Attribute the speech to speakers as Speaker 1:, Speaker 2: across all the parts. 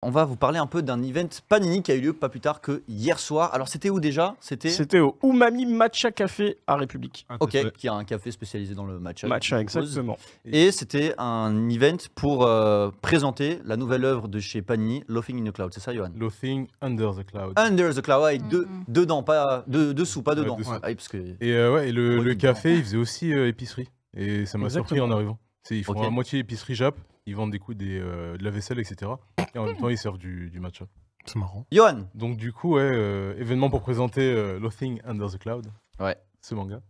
Speaker 1: On va vous parler un peu d'un event Panini qui a eu lieu pas plus tard que hier soir. Alors c'était où déjà C'était
Speaker 2: C'était au Umami Matcha Café à République.
Speaker 3: Ah,
Speaker 1: Ok, qui a un café spécialisé dans le matcha.
Speaker 2: Matcha,
Speaker 1: je suppose.
Speaker 2: exactement.
Speaker 1: Et c'était un event pour euh, présenter la nouvelle œuvre de chez Panini, Laughing in the Cloud. C'est ça, Johan
Speaker 3: Loathing Under the Cloud.
Speaker 1: Under the Cloud, avec
Speaker 4: Mhm.
Speaker 1: deux, dedans, pas deux, dessous, pas
Speaker 3: Ouais,
Speaker 1: dedans.
Speaker 3: dessous.
Speaker 1: Ah oui, parce que
Speaker 3: Et euh, ouais, et le,
Speaker 1: Ouais,
Speaker 3: le
Speaker 1: il
Speaker 3: café, il faisait aussi euh, épicerie. Et ça m'a surpris en
Speaker 2: Exactement.
Speaker 3: arrivant. C'est- Ils font
Speaker 1: Ok.
Speaker 3: à moitié épicerie Jap, ils vendent des coups des, euh, de la vaisselle, etc. Et en même temps, ils servent du, du matcha.
Speaker 5: C'est marrant.
Speaker 1: Johan,
Speaker 3: Donc, du coup, ouais, euh, événement pour présenter euh, Loathing Under the Cloud.
Speaker 1: Ouais.
Speaker 3: Ce manga.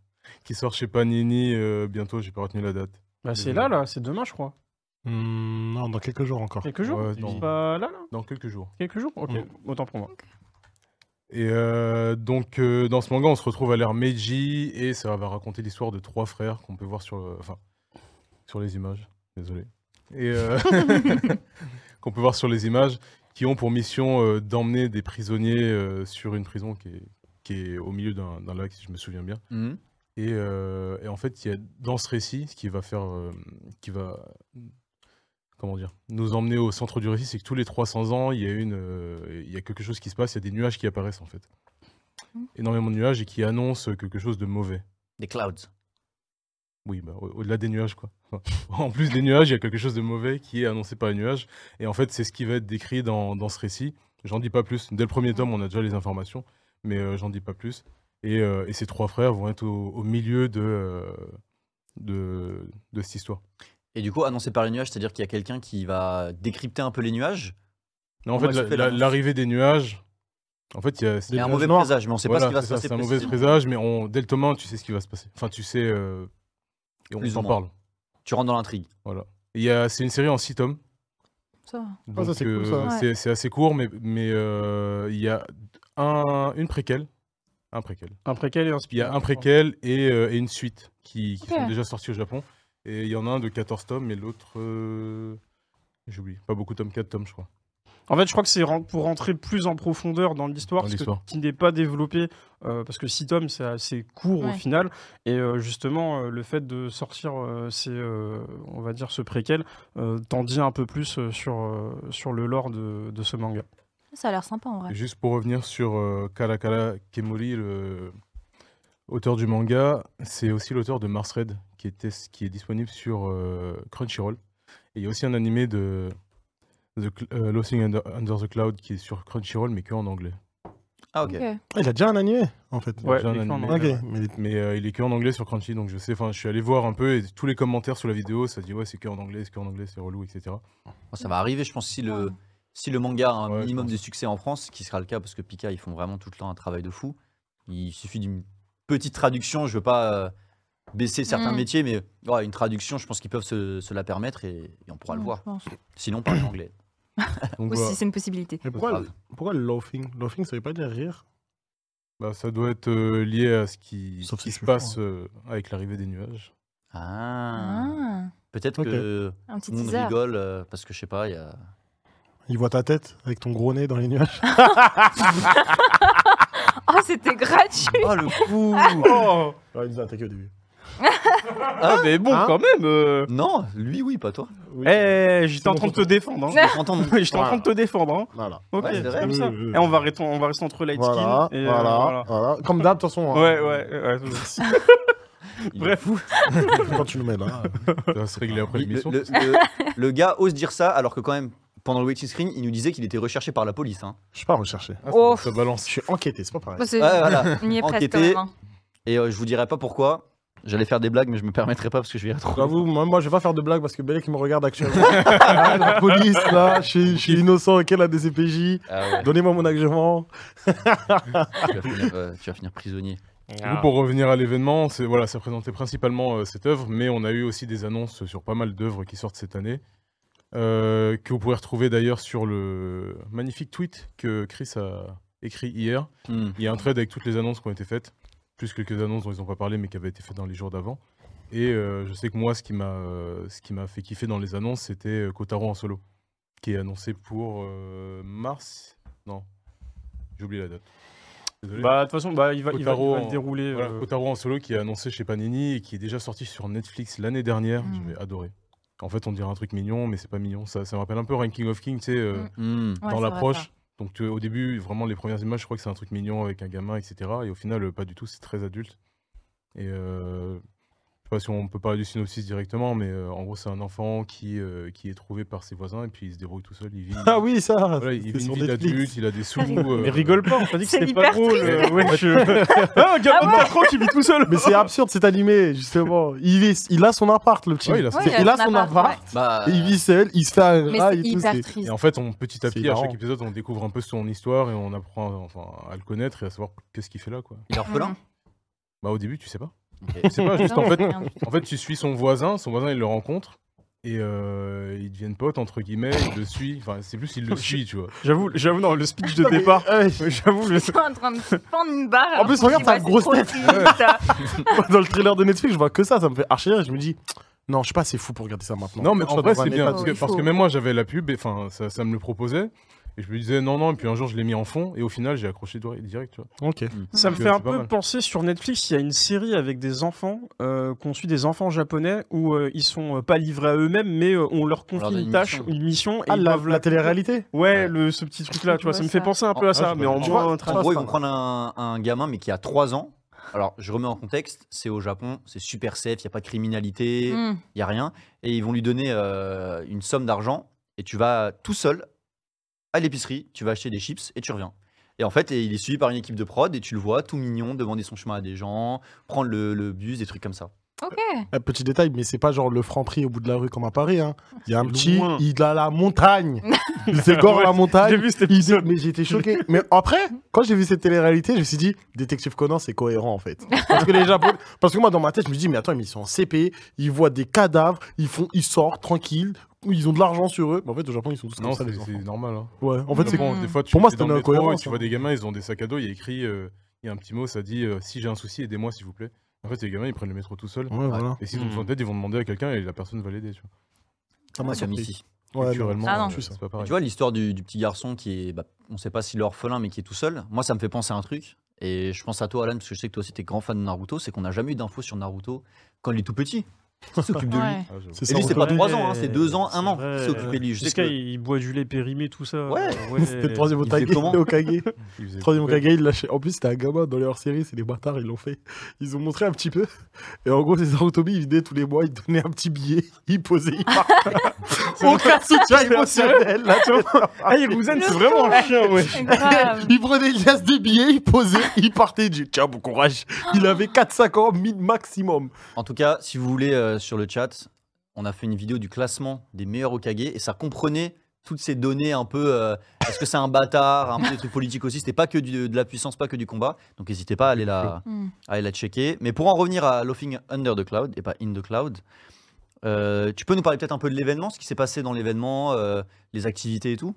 Speaker 3: Qui sort chez Panini euh, bientôt, j'ai pas retenu la date.
Speaker 2: Bah, c'est là, là, c'est demain, je crois.
Speaker 5: Hmm, non, dans quelques jours encore.
Speaker 2: Quelques jours
Speaker 3: Ouais,
Speaker 2: C'est
Speaker 3: dans,
Speaker 2: pas là, là
Speaker 3: dans quelques jours.
Speaker 2: Quelques jours Ok,
Speaker 5: Mm.
Speaker 2: autant pour moi.
Speaker 3: Et euh, donc, euh, dans ce manga, on se retrouve à l'ère Meiji et ça va raconter l'histoire de trois frères qu'on peut voir sur, euh, enfin, sur les images. Désolé. Et euh, qu'on peut voir sur les images qui ont pour mission euh, d'emmener des prisonniers euh, sur une prison qui est, qui est au milieu d'un d'un lac, si je me souviens bien.
Speaker 1: Mhm.
Speaker 3: Et, euh, et en fait, il y a dans ce récit, ce qui va faire, euh, qui va, comment dire, nous emmener au centre du récit, c'est que tous les 300 ans, il y a une, euh, il y a quelque chose qui se passe, il y a des nuages qui apparaissent en fait, énormément de nuages et qui annoncent quelque chose de mauvais.
Speaker 1: des clouds.
Speaker 3: Oui, bah, au- au-delà des nuages quoi. Enfin, en plus des nuages, il y a quelque chose de mauvais qui est annoncé par les nuages. Et en fait, c'est ce qui va être décrit dans, dans ce récit. J'en dis pas plus. Dès le premier tome, on a déjà les informations, mais euh, j'en dis pas plus. Et, euh, et ces trois frères vont être au, au milieu de, euh, de, de cette histoire.
Speaker 1: Et du coup, annoncé par les nuages, c'est-à-dire qu'il y a quelqu'un qui va décrypter un peu les nuages.
Speaker 3: Non, en
Speaker 1: Comment
Speaker 3: fait,
Speaker 1: elle se
Speaker 3: la-
Speaker 1: fait,
Speaker 3: la-
Speaker 1: l'annonce
Speaker 3: l'arrivée des nuages, en fait, il y a.
Speaker 1: Il y a un
Speaker 5: nuages
Speaker 1: mauvais
Speaker 5: noirs.
Speaker 1: présage, mais on sait pas
Speaker 3: voilà,
Speaker 1: ce qui va
Speaker 3: c'est
Speaker 1: se
Speaker 3: ça,
Speaker 1: passer.
Speaker 3: C'est un mauvais
Speaker 1: précisément.
Speaker 3: présage, mais on, dès le tome un, tu sais ce qui va se passer. Enfin, tu sais. euh, et on
Speaker 1: Plus ou
Speaker 3: t'en
Speaker 1: moins.
Speaker 3: parle.
Speaker 1: Tu rentres dans l'intrigue.
Speaker 3: Il y a- C'est une série en six tomes.
Speaker 4: Ça va.
Speaker 5: Ah, ça,
Speaker 3: Donc,
Speaker 5: c'est cool, ça.
Speaker 3: euh,
Speaker 4: Ouais.
Speaker 3: c'est- c'est assez court, mais mais, euh, il y a un, une préquelle. Un préquel.
Speaker 2: Un préquel et un
Speaker 3: Il y
Speaker 2: spin-off,
Speaker 3: a un
Speaker 2: je crois.
Speaker 3: préquel et, euh, et une suite qui, qui
Speaker 4: Ok.
Speaker 3: sont déjà sortis au Japon. Et il y en a un de 14 tomes et l'autre. euh, J'ai oublié. Pas beaucoup, tome 4 tomes, je crois.
Speaker 2: En fait, je crois que c'est ren- pour rentrer plus en profondeur dans l'histoire,
Speaker 3: Dans
Speaker 2: parce que-
Speaker 3: l'histoire.
Speaker 2: qui n'est pas développé, euh, parce que 6 tomes, c'est assez court au
Speaker 4: Ouais.
Speaker 2: final. Et euh, justement, euh, le fait de sortir, euh, ces, euh, on va dire, ce préquel, euh, t'en dit un peu plus euh, sur, euh, sur le lore de, de ce manga.
Speaker 4: Ça a l'air sympa en vrai.
Speaker 3: Et juste pour revenir sur euh, Karakara Kemori, le auteur du manga, c'est aussi l'auteur de Mars Red, qui, était, qui est disponible sur euh, Crunchyroll. Et il y a aussi un animé de The Cl- euh, Losing Under, Under the Cloud qui est sur Crunchyroll, mais que en anglais.
Speaker 1: Ah, ok.
Speaker 4: Ok.
Speaker 5: Ah, il a déjà un animé, en fait.
Speaker 3: Ouais,
Speaker 2: il est
Speaker 3: un
Speaker 2: écrit en
Speaker 3: animé.
Speaker 5: Ok,
Speaker 2: anglais.
Speaker 5: mais il est-
Speaker 3: Mais euh, il est que en anglais sur Crunchy, donc je sais, enfin, je suis allé voir un peu et tous les commentaires sous la vidéo, ça dit ouais, c'est que en anglais, c'est que en anglais, c'est relou, etc.
Speaker 1: Bon, Ça va arriver, je pense, si le,
Speaker 4: Ouais.
Speaker 1: si le manga a un
Speaker 3: Ouais, je
Speaker 1: minimum
Speaker 3: pense.
Speaker 1: de succès en France, ce qui sera le cas parce que Pika, ils font vraiment tout le temps un travail de fou. Il suffit d'une petite traduction. Je veux pas euh, baisser certains
Speaker 4: Mm.
Speaker 1: métiers, mais ouais, une traduction, je pense qu'ils peuvent se, se la permettre et, et on pourra le
Speaker 4: Ouais,
Speaker 1: voir.
Speaker 4: je pense.
Speaker 1: Sinon, pas en anglais.
Speaker 3: Donc
Speaker 4: Ou
Speaker 3: voilà.
Speaker 4: si c'est une possibilité.
Speaker 5: mais pourquoi, pourquoi laughing Laughing, ça veut pas dire rire.
Speaker 3: Bah, ça doit être euh, lié à ce qui,
Speaker 5: Sauf
Speaker 3: ce
Speaker 5: si
Speaker 3: qui
Speaker 5: je
Speaker 3: se
Speaker 5: peux le
Speaker 3: passe euh, avec l'arrivée des nuages.
Speaker 1: Ah.
Speaker 4: Ah,
Speaker 1: Peut-être
Speaker 5: Ok.
Speaker 1: que
Speaker 4: un petit
Speaker 1: tout le monde
Speaker 4: teaser.
Speaker 1: rigole euh, parce que je sais pas, il y a.
Speaker 5: Il voit ta tête avec ton gros nez dans les nuages.
Speaker 4: Oh, c'était gratuit.
Speaker 1: Ah, le coup
Speaker 2: Oh.
Speaker 5: Alors, il nous a attaqué au début.
Speaker 2: Ah, mais bon,
Speaker 5: Hein
Speaker 2: quand même
Speaker 1: Non, lui, oui, pas toi.
Speaker 5: Oui.
Speaker 2: Eh, j'étais en train de te défendre. Hein.
Speaker 1: Je t'entends.
Speaker 2: j'étais en train de te défendre. Hein.
Speaker 5: Voilà.
Speaker 2: Ok,
Speaker 1: Ouais, c'est
Speaker 2: c'est
Speaker 1: vrai.
Speaker 2: comme ça.
Speaker 5: Oui, oui, oui.
Speaker 2: Et on va, rester- on va rester entre light skin.
Speaker 5: Voilà,
Speaker 2: et, euh,
Speaker 5: voilà, voilà. Comme d'hab, de toute façon. hein.
Speaker 2: Ouais, ouais, ouais. Bref, vous-
Speaker 5: Quand tu nous mets là.
Speaker 3: Ça va se régler après
Speaker 1: Il- le,
Speaker 3: l'émission.
Speaker 1: le- le- le gars ose dire ça alors que quand même pendant le waiting screen il nous disait qu'il était recherché par la police. hein.
Speaker 5: Je suis pas recherché.
Speaker 3: Ah,
Speaker 4: Oh.
Speaker 3: ça, ça balance.
Speaker 5: Je suis enquêté, c'est pas pareil.
Speaker 4: Bah, c'est-
Speaker 1: Ah, Ouais, voilà.
Speaker 4: On y est presque quand
Speaker 1: Enquêter.
Speaker 4: même. hein.
Speaker 1: Et euh, je vous dirai pas pourquoi. J'allais faire des blagues mais je me permettrai pas parce que je vais y être trop.
Speaker 5: J'avoue, moi, moi, je vais pas faire de blagues parce que Belek il me regarde actuellement. Ah, la police là, je suis- je suis innocent, ok, la DCPJ.
Speaker 1: Ah ouais,
Speaker 5: Donnez-moi mon agrément.
Speaker 1: tu, vas finir, euh, tu vas finir prisonnier.
Speaker 2: Ah.
Speaker 3: Du coup, pour revenir à l'événement, c'est voilà, ça présentait principalement euh, cette œuvre, mais on a eu aussi des annonces sur pas mal d'œuvres qui sortent cette année, euh, que vous pouvez retrouver d'ailleurs sur le magnifique tweet que Chris a écrit hier.
Speaker 1: Hmm.
Speaker 3: Il y a un trade avec toutes les annonces qui ont été faites, plus quelques annonces dont ils n'ont pas parlé mais qui avaient été faites dans les jours d'avant. Et euh, je sais que moi, ce qui m'a euh, ce qui m'a fait kiffer dans les annonces, c'était euh, Kotaro en solo, qui est annoncé pour euh, mars. Non, j'ai oublié la date. Désolé.
Speaker 2: bah, de toute façon, bah, il va, il va, il
Speaker 3: Kotaro
Speaker 2: va le
Speaker 3: en-
Speaker 2: dérouler.
Speaker 3: Voilà,
Speaker 2: euh,
Speaker 3: Kotaro en solo qui est annoncé chez Panini et qui est déjà sorti sur Netflix l'année dernière.
Speaker 4: Mm.
Speaker 3: J'avais adoré. En fait, on dirait un truc mignon, mais c'est pas mignon. Ça, ça me rappelle un peu Ranking of King, tu sais, euh,
Speaker 4: Mm.
Speaker 1: Hmm.
Speaker 4: Ouais,
Speaker 3: dans
Speaker 4: c'est vrai,
Speaker 3: l'approche.
Speaker 4: ça.
Speaker 3: Donc tu- au début, vraiment, les premières images, je crois que c'est un truc mignon avec un gamin, etc. Et au final, euh, pas du tout, c'est très adulte. Et euh, je sais pas si on peut parler du synopsis directement, mais euh, en gros, c'est un enfant qui, euh, qui est trouvé par ses voisins et puis il se débrouille tout seul. Il vit,
Speaker 5: Ah oui, ça
Speaker 3: voilà, il
Speaker 5: c'était
Speaker 3: vit
Speaker 5: sur
Speaker 3: une vie
Speaker 5: Netflix.
Speaker 3: d'adulte, il a des sous. euh,
Speaker 2: Mais rigole pas, on t'a dit que
Speaker 4: C'est
Speaker 2: c'était pas
Speaker 4: hyper
Speaker 2: drôle.
Speaker 4: triste.
Speaker 2: euh, ouais, je- ah, un gamin de 4 ans qui vit tout seul.
Speaker 5: Mais c'est absurde, c'est animé, justement. Il, vit- il a son appart, le petit.
Speaker 3: Ouais, il a son-
Speaker 4: Ouais,
Speaker 5: il, a son appart,
Speaker 1: Bah,
Speaker 5: et il vit seul, il se fait un
Speaker 4: Mais
Speaker 5: rat
Speaker 4: c'est
Speaker 5: et tout.
Speaker 4: hyper
Speaker 5: c'est-
Speaker 4: triste.
Speaker 3: Et en fait, on, petit à
Speaker 5: C'est
Speaker 3: petit, à chaque
Speaker 5: marrant.
Speaker 3: épisode, on découvre un peu son histoire et on apprend enfin, à le connaître et à savoir qu'est-ce qu'il fait là. Quoi.
Speaker 1: il est orphelin.
Speaker 4: Mm.
Speaker 3: Bah, au début, tu sais pas.
Speaker 1: Ok.
Speaker 3: Tu sais pas, juste
Speaker 4: Non,
Speaker 3: en fait,
Speaker 4: rien du tout.
Speaker 3: en fait, tu suis son voisin, son voisin, il le rencontre et euh, ils deviennent potes, entre guillemets, il le suit. Enfin, c'est plus, il le suit, tu vois.
Speaker 2: J'avoue, j'avoue, dans le speech de départ,
Speaker 5: Ouais,
Speaker 2: j'avoue, le-
Speaker 4: Je suis en train de pendre une barre. alors
Speaker 5: plus,
Speaker 4: qu'on
Speaker 5: regarde,
Speaker 4: dit,
Speaker 5: t'as
Speaker 4: ouais,
Speaker 5: une
Speaker 4: c'est
Speaker 5: grosse
Speaker 4: trop
Speaker 5: tête.
Speaker 4: triste.
Speaker 5: Dans le trailer de Netflix, je vois que ça, ça me fait archi rire. et Je me dis, non, je sais pas, c'est fou pour regarder ça maintenant.
Speaker 3: Non, mais
Speaker 5: Faut que
Speaker 3: en
Speaker 5: je
Speaker 3: vrai,
Speaker 5: sois
Speaker 3: c'est
Speaker 5: dans un
Speaker 3: bien.
Speaker 5: état
Speaker 3: Parce
Speaker 4: il
Speaker 3: que,
Speaker 4: faut.
Speaker 3: parce que même moi, j'avais la pub, et, enfin, ça, ça me le proposait. Et je me disais non, non, et puis un jour je l'ai mis en fond, et au final j'ai accroché direct, direct, tu vois.
Speaker 5: de- Ok.
Speaker 2: ça me
Speaker 3: C'est
Speaker 2: fait un
Speaker 3: pas
Speaker 2: peu
Speaker 3: mal.
Speaker 2: penser sur Netflix, il y a une série avec des enfants, euh, qu'on suit des enfants japonais où euh, ils sont euh, pas livrés à eux-mêmes, mais euh, on leur confie
Speaker 1: leur donne
Speaker 2: une
Speaker 1: une
Speaker 2: tâche,
Speaker 1: mission.
Speaker 2: une mission, et
Speaker 5: Ah,
Speaker 2: ils
Speaker 5: la,
Speaker 2: doivent
Speaker 5: la télé-réalité
Speaker 2: Ouais, le, ce petit truc-là, tu vois, ça me fait penser un peu
Speaker 1: Ah,
Speaker 2: à ça,
Speaker 3: je
Speaker 2: mais
Speaker 3: vois.
Speaker 2: en
Speaker 5: Tu
Speaker 2: moins
Speaker 5: vois,
Speaker 2: tra-
Speaker 5: Ah,
Speaker 1: En gros,
Speaker 5: c'est
Speaker 1: ils vont
Speaker 5: pas
Speaker 1: prendre un, un gamin, mais qui a 3 ans. Alors, je remets en contexte, c'est au Japon, c'est super safe, il n'y a pas de criminalité, il
Speaker 5: Hmm.
Speaker 4: Mm.
Speaker 1: n'y a rien. Et ils vont lui donner euh, une somme d'argent, et tu vas tout seul à l'épicerie, tu vas acheter des chips, et tu reviens. Et en fait, et il est suivi par une équipe de prod, et tu le vois tout mignon, demander son chemin à des gens, prendre le, le bus, des trucs comme ça.
Speaker 4: Ok.
Speaker 5: Eh, Petit détail, mais c'est pas genre le franc prix au bout de la rue comme à Paris. hein. Il y a un petit,
Speaker 2: Loin.
Speaker 5: il a la montagne. Il s'égore à la
Speaker 2: J'ai
Speaker 5: montagne.
Speaker 2: vu cet
Speaker 5: Il-
Speaker 2: épisode.
Speaker 5: mais j'étais choqué. Mais après, quand j'ai vu cette télé-réalité, je me suis dit, Détective Conan, c'est cohérent en fait. Parce que les Japonais, parce que moi dans ma tête, je me dis, mais attends, mais ils sont en CP, ils voient des cadavres, ils font, ils sortent tranquilles, ils ont de l'argent sur eux. Mais en fait, au Japon, ils sont tous
Speaker 3: Non,
Speaker 5: comme ça
Speaker 3: c'est
Speaker 5: les
Speaker 3: c'est
Speaker 5: enfants.
Speaker 3: normal. hein.
Speaker 5: Ouais. En fait,
Speaker 3: Au
Speaker 5: c'est
Speaker 3: Japon, des fois, tu
Speaker 5: Pour moi,
Speaker 3: es dans
Speaker 5: c'était hein.
Speaker 3: le métro,
Speaker 5: incohérent,
Speaker 3: et tu
Speaker 5: ça.
Speaker 3: vois des gamins, ils ont des sacs à dos, il y a écrit, euh, il y a un petit mot, ça dit euh, si j'ai un souci, aidez-moi s'il vous plaît. En fait, les gamins, ils prennent le métro tout seuls.
Speaker 5: Ouais, voilà.
Speaker 3: Et s'ils ont
Speaker 2: Hmm.
Speaker 3: besoin d'aide, ils vont demander à quelqu'un et la personne va l'aider. Tu vois.
Speaker 5: Ça m'a
Speaker 1: Comme
Speaker 5: surpris.
Speaker 1: ici.
Speaker 5: Ouais, non.
Speaker 3: Culturellement,
Speaker 4: Ah non.
Speaker 3: euh,
Speaker 5: Tu
Speaker 3: c'est
Speaker 5: sais.
Speaker 3: pas
Speaker 1: Et
Speaker 3: pareil.
Speaker 1: tu vois l'histoire du, du petit garçon qui est, bah, on sait pas s'il est orphelin, mais qui est tout seul. Moi, ça me fait penser à un truc. Et je pense à toi, Alan, parce que je sais que toi aussi t'es grand fan de Naruto, c'est qu'on n'a jamais eu d'infos sur Naruto quand il est tout petit. Qui s'occupe de lui
Speaker 4: Ouais.
Speaker 3: Ah, j'avoue.
Speaker 5: C'est
Speaker 1: Et lui,
Speaker 5: ça,
Speaker 1: c'est
Speaker 5: on
Speaker 1: pas
Speaker 5: peut-
Speaker 1: 3 ans, hein, c'est 2 ans,
Speaker 2: C'est
Speaker 1: 1 an.
Speaker 2: vrai.
Speaker 1: C'est occupé de lui. Je sais
Speaker 2: Jusqu'à
Speaker 1: que
Speaker 2: il boit du lait périmé, tout ça.
Speaker 1: Ouais.
Speaker 2: euh, ouais.
Speaker 5: C'était le troisième
Speaker 1: Il faisait
Speaker 5: Okage.
Speaker 1: comment
Speaker 5: Okage.
Speaker 3: Il faisait
Speaker 5: Troisième
Speaker 3: couper.
Speaker 5: Okage, il lâchait. En plus, c'était un gamin dans les hors-séries, c'est des bâtards, ils l'ont fait. Ils ont montré un petit peu. Et en gros, c'est Sarutobi, il venait tous les mois, il donnait un petit billet, il posait, il partait. Aucun soutien émotionnel. là, tu vois.
Speaker 2: Ah, il vous aime, c'est vraiment un chien, ouais.
Speaker 4: C'est grave.
Speaker 5: il prenait une liasse de billets, il posait, il partait. Il dit, tiens, bon courage. Il avait 4-5 ans, mid maximum.
Speaker 1: En tout cas, si vous voulez, euh, sur le chat, on a fait une vidéo du classement des meilleurs Okage et ça comprenait toutes ces données un peu. euh, Est-ce que c'est un bâtard Un peu des trucs politiques aussi. C'était pas que du- de la puissance, pas que du combat. Donc n'hésitez pas à aller la,
Speaker 4: Mm.
Speaker 1: à aller la checker. Mais pour en revenir à Laughing Under the Cloud et pas In the Cloud, euh, tu peux nous parler peut-être un peu de l'événement, ce qui s'est passé dans l'événement, euh, les activités et tout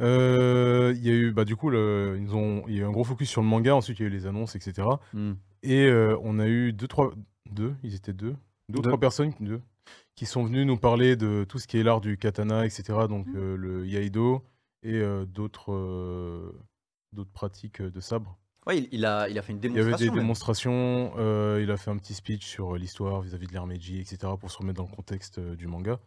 Speaker 3: Euh, Il y a eu, bah, du coup, le- ils ont, il y a eu un gros focus sur le manga, ensuite il y a eu les annonces, etc.
Speaker 1: Hmm.
Speaker 3: Et euh, on a eu deux, trois, deux, ils étaient deux, deux ou
Speaker 2: Deux.
Speaker 3: trois personnes, deux, qui sont venues nous parler de tout ce qui est l'art du katana, etc. Donc
Speaker 2: Mmh.
Speaker 3: euh, le yaido et euh, d'autres, euh, d'autres pratiques de sabre.
Speaker 1: Ouais, il, il a, il a fait une
Speaker 3: Il y avait
Speaker 1: démonstration.
Speaker 3: des
Speaker 1: même.
Speaker 3: démonstrations, euh, il a fait un petit speech sur euh, l'histoire vis-à-vis de l'ère Meiji, etc. pour se remettre dans le contexte euh, du manga.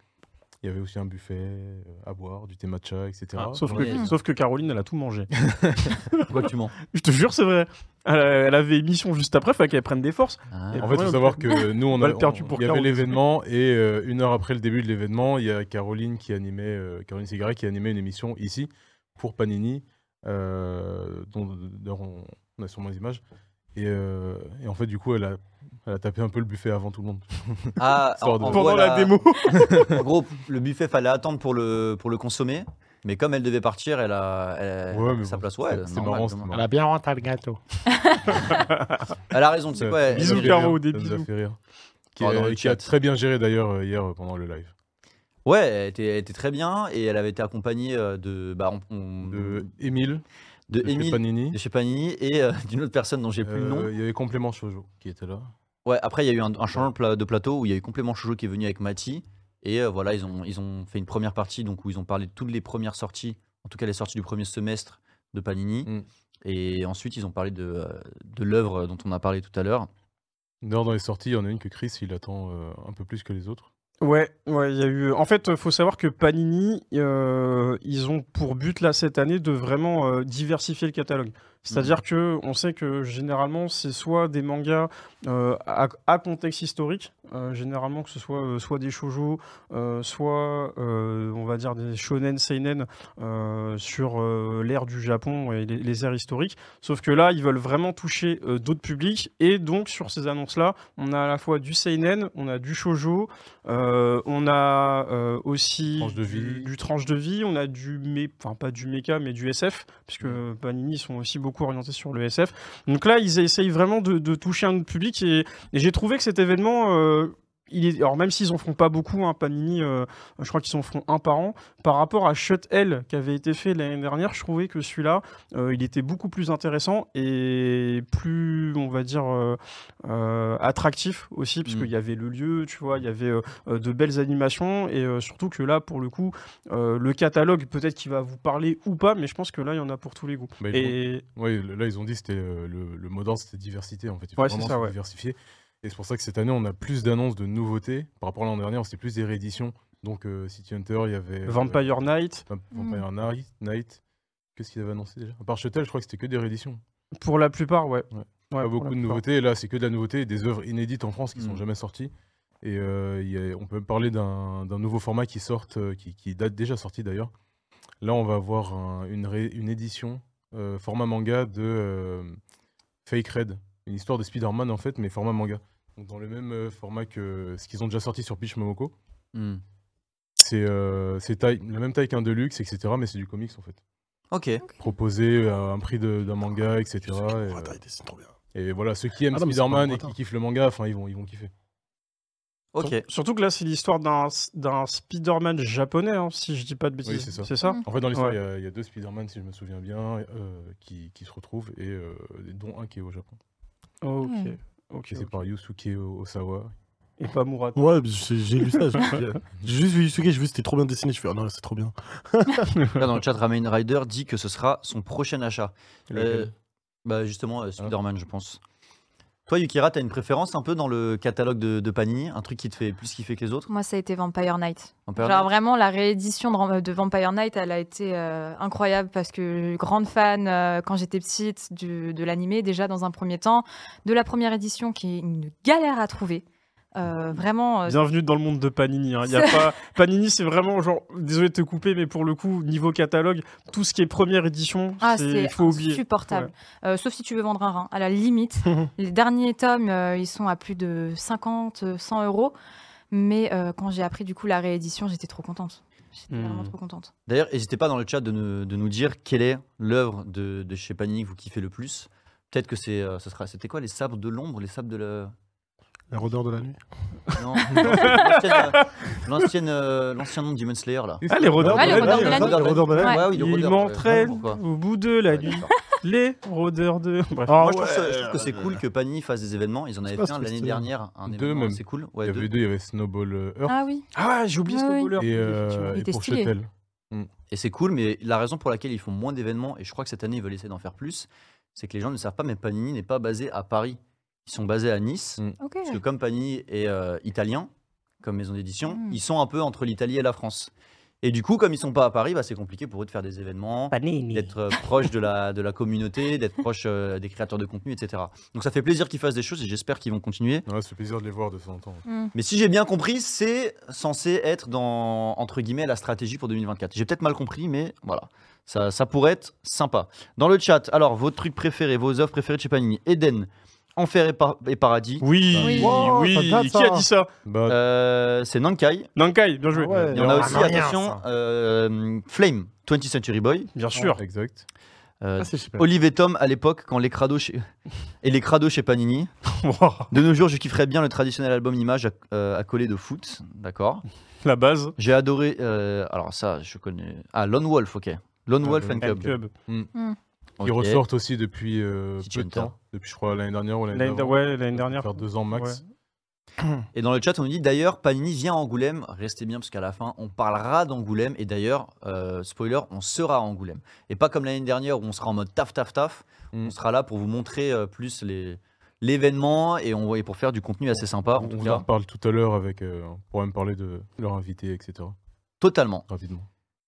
Speaker 3: Il y avait aussi un buffet euh, à boire, du thé matcha, etc.
Speaker 2: Ah, sauf,
Speaker 3: Donc,
Speaker 2: que,
Speaker 1: Ouais.
Speaker 2: sauf que Caroline, elle a tout mangé.
Speaker 1: Pourquoi tu mens
Speaker 2: Je te jure, c'est vrai. Elle, a- elle avait émission juste après, fallait qu'elle prenne des forces.
Speaker 1: Ah.
Speaker 2: Et
Speaker 3: En
Speaker 2: Ouais,
Speaker 3: fait, il
Speaker 2: ok.
Speaker 3: faut savoir que nous, on, a,
Speaker 2: Balle perdue
Speaker 3: on-
Speaker 2: pour
Speaker 3: il y avait
Speaker 2: Caroline.
Speaker 3: l'événement et euh, une heure après le début de l'événement, il y a Caroline qui animait, euh, Caroline Segarra qui animait une émission ici pour Panini, euh, dont d'ailleurs on, on a sûrement les images. Et, euh, et en fait, du coup, elle a, elle a tapé un peu le buffet avant tout le monde.
Speaker 1: Ah,
Speaker 3: Histoire de-
Speaker 1: en- en
Speaker 2: Pendant
Speaker 1: gros,
Speaker 2: la
Speaker 1: elle a-
Speaker 2: démo.
Speaker 1: En gros, le buffet fallait attendre pour le, pour le consommer. Mais comme elle devait partir, elle a, elle-
Speaker 3: Ouais, mais
Speaker 1: sa
Speaker 3: bon,
Speaker 1: place. Ouais,
Speaker 3: c'était
Speaker 1: normal,
Speaker 3: marrant,
Speaker 1: comment-
Speaker 3: c'était marrant.
Speaker 5: a bien rentré le gâteau.
Speaker 1: Elle a raison, tu sais quoi. elle-
Speaker 2: Bisous,
Speaker 1: elle-
Speaker 2: Caro, des
Speaker 3: ça nous a
Speaker 2: bisous.
Speaker 3: fait rire. Qui,
Speaker 1: Oh,
Speaker 3: a-
Speaker 1: dans le
Speaker 3: qui a
Speaker 1: chat.
Speaker 3: très bien géré d'ailleurs euh, hier euh, pendant le live.
Speaker 1: Ouais, elle était, elle était très bien et elle avait été accompagnée euh, de, bah, on- on-
Speaker 3: De Émile,
Speaker 1: de
Speaker 3: de chez
Speaker 1: Émile
Speaker 3: Panini.
Speaker 1: de chez Panini et euh, d'une autre personne dont j'ai plus le nom.
Speaker 3: Euh, Il y avait Complément Shoujo qui était là.
Speaker 1: Ouais, après il y a eu un, un changement de pla- de plateau où il y a eu Complément Shoujo qui est venu avec Mati et euh, voilà ils ont ils ont fait une première partie donc où ils ont parlé de toutes les premières sorties, en tout cas les sorties du premier semestre de Panini
Speaker 3: Mm.
Speaker 1: et ensuite ils ont parlé de, euh, de l'œuvre dont on a parlé tout à l'heure.
Speaker 3: D'ailleurs, dans les sorties, il y en a une que Chris, il attend euh, un peu plus que les autres.
Speaker 2: Ouais, ouais, il y a eu. En fait, faut savoir que Panini, euh, ils ont pour but là cette année de vraiment euh, diversifier le catalogue. C'est-à-dire que on sait que généralement c'est soit des mangas euh, à, à contexte historique, euh, généralement que ce soit euh, soit des shojo, euh, soit euh, on va dire des shonen seinen euh, sur euh, l'ère du Japon et les, les ères historiques. Sauf que là, ils veulent vraiment toucher euh, d'autres publics et donc sur ces annonces-là, on a à la fois du seinen, on a du shojo, euh, on a euh, aussi
Speaker 3: Tranche de
Speaker 2: du-
Speaker 3: vie.
Speaker 2: Du, tranche de vie, on a du mé- enfin pas du méca mais du SF puisque
Speaker 3: Mm.
Speaker 2: Panini sont aussi beaucoup orientés sur le SF. Donc là, ils essayent vraiment de, de toucher un autre public et, et j'ai trouvé que cet événement euh, il est, alors même s'ils en font pas beaucoup, hein, Panini, euh, je crois qu'ils en font un par an. Par rapport à Shut L qui avait été fait l'année dernière, je trouvais que celui-là, euh, il était beaucoup plus intéressant et plus, on va dire, euh, euh, attractif aussi, parce
Speaker 1: Mm.
Speaker 2: qu'il y avait le lieu, tu vois, il y avait euh, euh, de belles animations, et euh, surtout que là, pour le coup, euh, le catalogue, peut-être qu'il va vous parler ou pas, mais je pense que là, il y en a pour tous les goûts.
Speaker 3: Bah, ils ont-
Speaker 2: Et
Speaker 3: ouais, le- là, ils ont dit c'était euh, le, le mot d'ordre, c'était diversité. En fait, il faut
Speaker 2: Ouais, c'est
Speaker 3: vraiment
Speaker 2: ça,
Speaker 3: se
Speaker 2: ouais.
Speaker 3: diversifier. Et c'est pour ça que cette année, on a plus d'annonces de nouveautés par rapport à l'an dernier. C'était plus des rééditions. Donc, euh, City Hunter, il y avait euh,
Speaker 2: Vampire Knight,
Speaker 3: Vamp- Vampire Night. Night. Qu'est-ce qu'ils avaient annoncé déjà À part Shuttle, je crois que c'était que des rééditions.
Speaker 2: pour la plupart, ouais.
Speaker 3: Ouais.
Speaker 2: Ouais,
Speaker 3: pas
Speaker 2: pour
Speaker 3: beaucoup
Speaker 2: la
Speaker 3: de
Speaker 2: plupart.
Speaker 3: nouveautés. Là, c'est que de la nouveauté et des œuvres inédites en France qui sont
Speaker 1: Mm.
Speaker 3: jamais sorties. Et euh, il y a- on peut parler d'un d'un nouveau format qui sort, euh, qui, qui date déjà sorti d'ailleurs. Là, on va avoir un- une, ré- une édition euh, format manga de euh, Fake Red, une histoire de Spider-Man en fait, mais format manga. Donc, dans le même euh, format que ce qu'ils ont déjà sorti sur Peach Momoko. Mm.
Speaker 1: Hmm.
Speaker 3: C'est euh, c'est taille- la même taille qu'un Deluxe, etc. Mais c'est du comics en fait.
Speaker 1: Ok.
Speaker 3: Proposé à un prix de- d'un manga, etc.
Speaker 5: Je
Speaker 3: et,
Speaker 5: sais que
Speaker 3: euh,
Speaker 5: Kurata, il dessine trop bien.
Speaker 3: et voilà, ceux qui aiment
Speaker 5: Ah non, mais c'est pas un
Speaker 3: Spider-Man et
Speaker 5: bâtard.
Speaker 3: qui kiffent le manga, enfin, ils vont, ils vont kiffer.
Speaker 1: Ok.
Speaker 2: Sur- Surtout que là, c'est l'histoire d'un d'un Spider-Man japonais, hein, si je dis pas de bêtises.
Speaker 3: c'est ça.
Speaker 2: C'est ça
Speaker 4: Mm.
Speaker 3: En fait, dans l'histoire,
Speaker 2: Ouais.
Speaker 3: il y a- il y, a deux Spider-Man, si je me souviens bien, euh, qui, qui se retrouvent, et euh, dont un qui est au Japon.
Speaker 2: Oh, Ok.
Speaker 4: Mm.
Speaker 2: Ok.
Speaker 3: Qui c'est
Speaker 2: ok.
Speaker 3: par Yusuke O- Osawa.
Speaker 2: Et pas Murat.
Speaker 5: Ouais, j'ai j'ai lu ça. J'ai euh, j'ai juste vu Yusuke, j'ai vu c'était trop bien dessiné. Je fais, ah non, c'est trop bien.
Speaker 1: Là, dans le chat, Ramen Rider dit que ce sera son prochain achat. Euh,
Speaker 3: Lequel
Speaker 1: bah, justement, euh, Spider-Man, je pense. Toi, Yukira, t'as une préférence un peu dans le catalogue de, de Panini Un truc qui te fait plus kiffer que les autres
Speaker 4: Moi, ça a été Vampire Night.
Speaker 1: en période
Speaker 4: Genre, vraiment, la réédition de, Ram- de Vampire Night, elle a été euh, incroyable parce que grande fan euh, quand j'étais petite du- de l'animé, déjà dans un premier temps, de la première édition qui est une galère à trouver. Euh, vraiment, euh,
Speaker 2: Bienvenue dans le monde de Panini. hein. Il y a pas... Panini, c'est vraiment genre, désolé de te couper, mais pour le coup, niveau catalogue, tout ce qui est première édition,
Speaker 4: Ah,
Speaker 2: c'est-
Speaker 4: c'est
Speaker 2: il faut oublier.
Speaker 4: insupportable. Euh, sauf si tu veux vendre un rein, à la limite. les derniers tomes, euh, ils sont à plus de 50, euh, 100 euros. Mais euh, quand j'ai appris du coup la réédition, j'étais trop contente. J'étais
Speaker 2: Hmm.
Speaker 4: vraiment trop contente.
Speaker 1: D'ailleurs, n'hésitez pas dans le chat de, nous- de nous dire quelle est l'œuvre de, de chez Panini que vous kiffez le plus. Peut-être que c'est, euh, ce sera, c'était quoi les sabres de l'ombre, les sabres de la.
Speaker 5: La rôdeur de la nuit.
Speaker 1: Non, l'ancienne, euh, l'ancienne, euh, l'ancien nom de Demon Slayer là.
Speaker 2: Ah, les rodeurs
Speaker 4: Ah, les rodeurs de la nuit.
Speaker 5: Le rôdeur de la nuit.
Speaker 4: Ouais.
Speaker 1: Ah oui, le
Speaker 2: Il
Speaker 1: rôdeur, ouais,
Speaker 2: m'entraîne
Speaker 1: pourquoi
Speaker 2: au bout de la
Speaker 1: Ouais,
Speaker 2: nuit.
Speaker 1: d'accord.
Speaker 2: Les rôdeurs de. Bref.
Speaker 5: Ah
Speaker 1: Moi, je trouve, ça-
Speaker 5: ouais,
Speaker 1: je trouve que c'est cool que Panini fasse des événements. Ils en avaient
Speaker 5: pas
Speaker 1: fait un
Speaker 5: ce
Speaker 1: l'année
Speaker 5: style.
Speaker 1: dernière. Un
Speaker 3: Deux
Speaker 1: événement,
Speaker 3: même.
Speaker 1: c'est cool.
Speaker 3: Il
Speaker 1: Ouais,
Speaker 3: y avait
Speaker 1: deux.
Speaker 3: deux, il y avait Snowball euh, Earth
Speaker 4: Ah oui.
Speaker 2: Ah, j'ai oublié
Speaker 4: Ah
Speaker 2: ce
Speaker 4: oui.
Speaker 2: voleur.
Speaker 3: et, euh,
Speaker 2: effectivement.
Speaker 4: Il
Speaker 3: et
Speaker 4: était
Speaker 3: pour
Speaker 4: stylé.
Speaker 3: Shuttle.
Speaker 1: Et c'est cool, mais la raison pour laquelle ils font moins d'événements, et je crois que cette année ils veulent essayer d'en faire plus, c'est que les gens ne savent pas, mais Panini n'est pas basé à Paris. Ils sont basés à Nice.
Speaker 3: Mm.
Speaker 4: Ok.
Speaker 1: Parce que comme Panini est euh, italien, comme maison d'édition,
Speaker 4: Mm.
Speaker 1: ils sont un peu entre l'Italie et la France. Et du coup, comme ils sont pas à Paris, bah, c'est compliqué pour eux de faire des événements, d'être euh, proche de la, de la communauté, d'être proche euh, des créateurs de contenu, etc. Donc ça fait plaisir qu'ils fassent des choses et j'espère qu'ils vont continuer.
Speaker 3: Ouais, c'est plaisir de les voir de temps en temps.
Speaker 4: Hmm.
Speaker 1: Mais si j'ai bien compris, c'est censé être dans, entre guillemets, la stratégie pour 2024. J'ai peut-être mal compris, mais voilà. Ça, ça pourrait être sympa. Dans le chat, alors, vos trucs préférés, vos œuvres préférées de chez Panini Eden, Enfer et, Par- et Paradis.
Speaker 2: Oui,
Speaker 4: Oui.
Speaker 2: oui.
Speaker 5: Wow, ça date,
Speaker 2: Qui a
Speaker 5: ça.
Speaker 2: dit ça
Speaker 3: Bah,
Speaker 1: Euh, c'est Nankai.
Speaker 2: Nankai, bien joué.
Speaker 5: Ah ouais.
Speaker 1: Et on a
Speaker 5: Ah,
Speaker 1: aussi,
Speaker 5: rien,
Speaker 1: attention, euh, Flame, 20th Century Boy.
Speaker 2: Bien sûr.
Speaker 3: Exact.
Speaker 1: Euh,
Speaker 5: Ah, c'est super.
Speaker 1: Olive et Tom à l'époque, quand les crados chez... et les crados chez Panini.
Speaker 2: Wow,
Speaker 1: De nos jours, je kifferais bien le traditionnel album image à, euh, à coller de foot. D'accord.
Speaker 2: La base.
Speaker 1: J'ai adoré. euh, alors, ça, je connais. Ah, Lone Wolf, ok. Lone
Speaker 3: Ah,
Speaker 1: Wolf
Speaker 3: Lone
Speaker 1: and
Speaker 2: Un
Speaker 1: Club.
Speaker 2: club.
Speaker 1: Ok.
Speaker 3: Ils ressortent aussi depuis euh,
Speaker 1: City
Speaker 3: peu de
Speaker 1: Hunter.
Speaker 3: temps. Depuis, je crois, l'année dernière ou l'année
Speaker 2: L'année
Speaker 3: d'avant.
Speaker 2: ouais, l'année
Speaker 3: Ça doit
Speaker 2: dernière.
Speaker 3: Faire deux ans max.
Speaker 1: Et dans le chat, on nous dit d'ailleurs, Panini vient à Angoulême. Restez bien, parce qu'à la fin, on parlera d'Angoulême. Et d'ailleurs, euh, spoiler, on sera à Angoulême. Et pas comme l'année dernière où on sera en mode taf, taf, taf.
Speaker 3: Mm.
Speaker 1: On sera là pour vous montrer euh, plus les, l'événement et, on, et pour faire du contenu assez sympa. Ah, En
Speaker 3: on
Speaker 1: tout
Speaker 3: vous en
Speaker 1: cas,
Speaker 3: parle tout à l'heure avec. euh, on pourra me parler de leur invité, etc.
Speaker 1: totalement.
Speaker 3: Rapidement.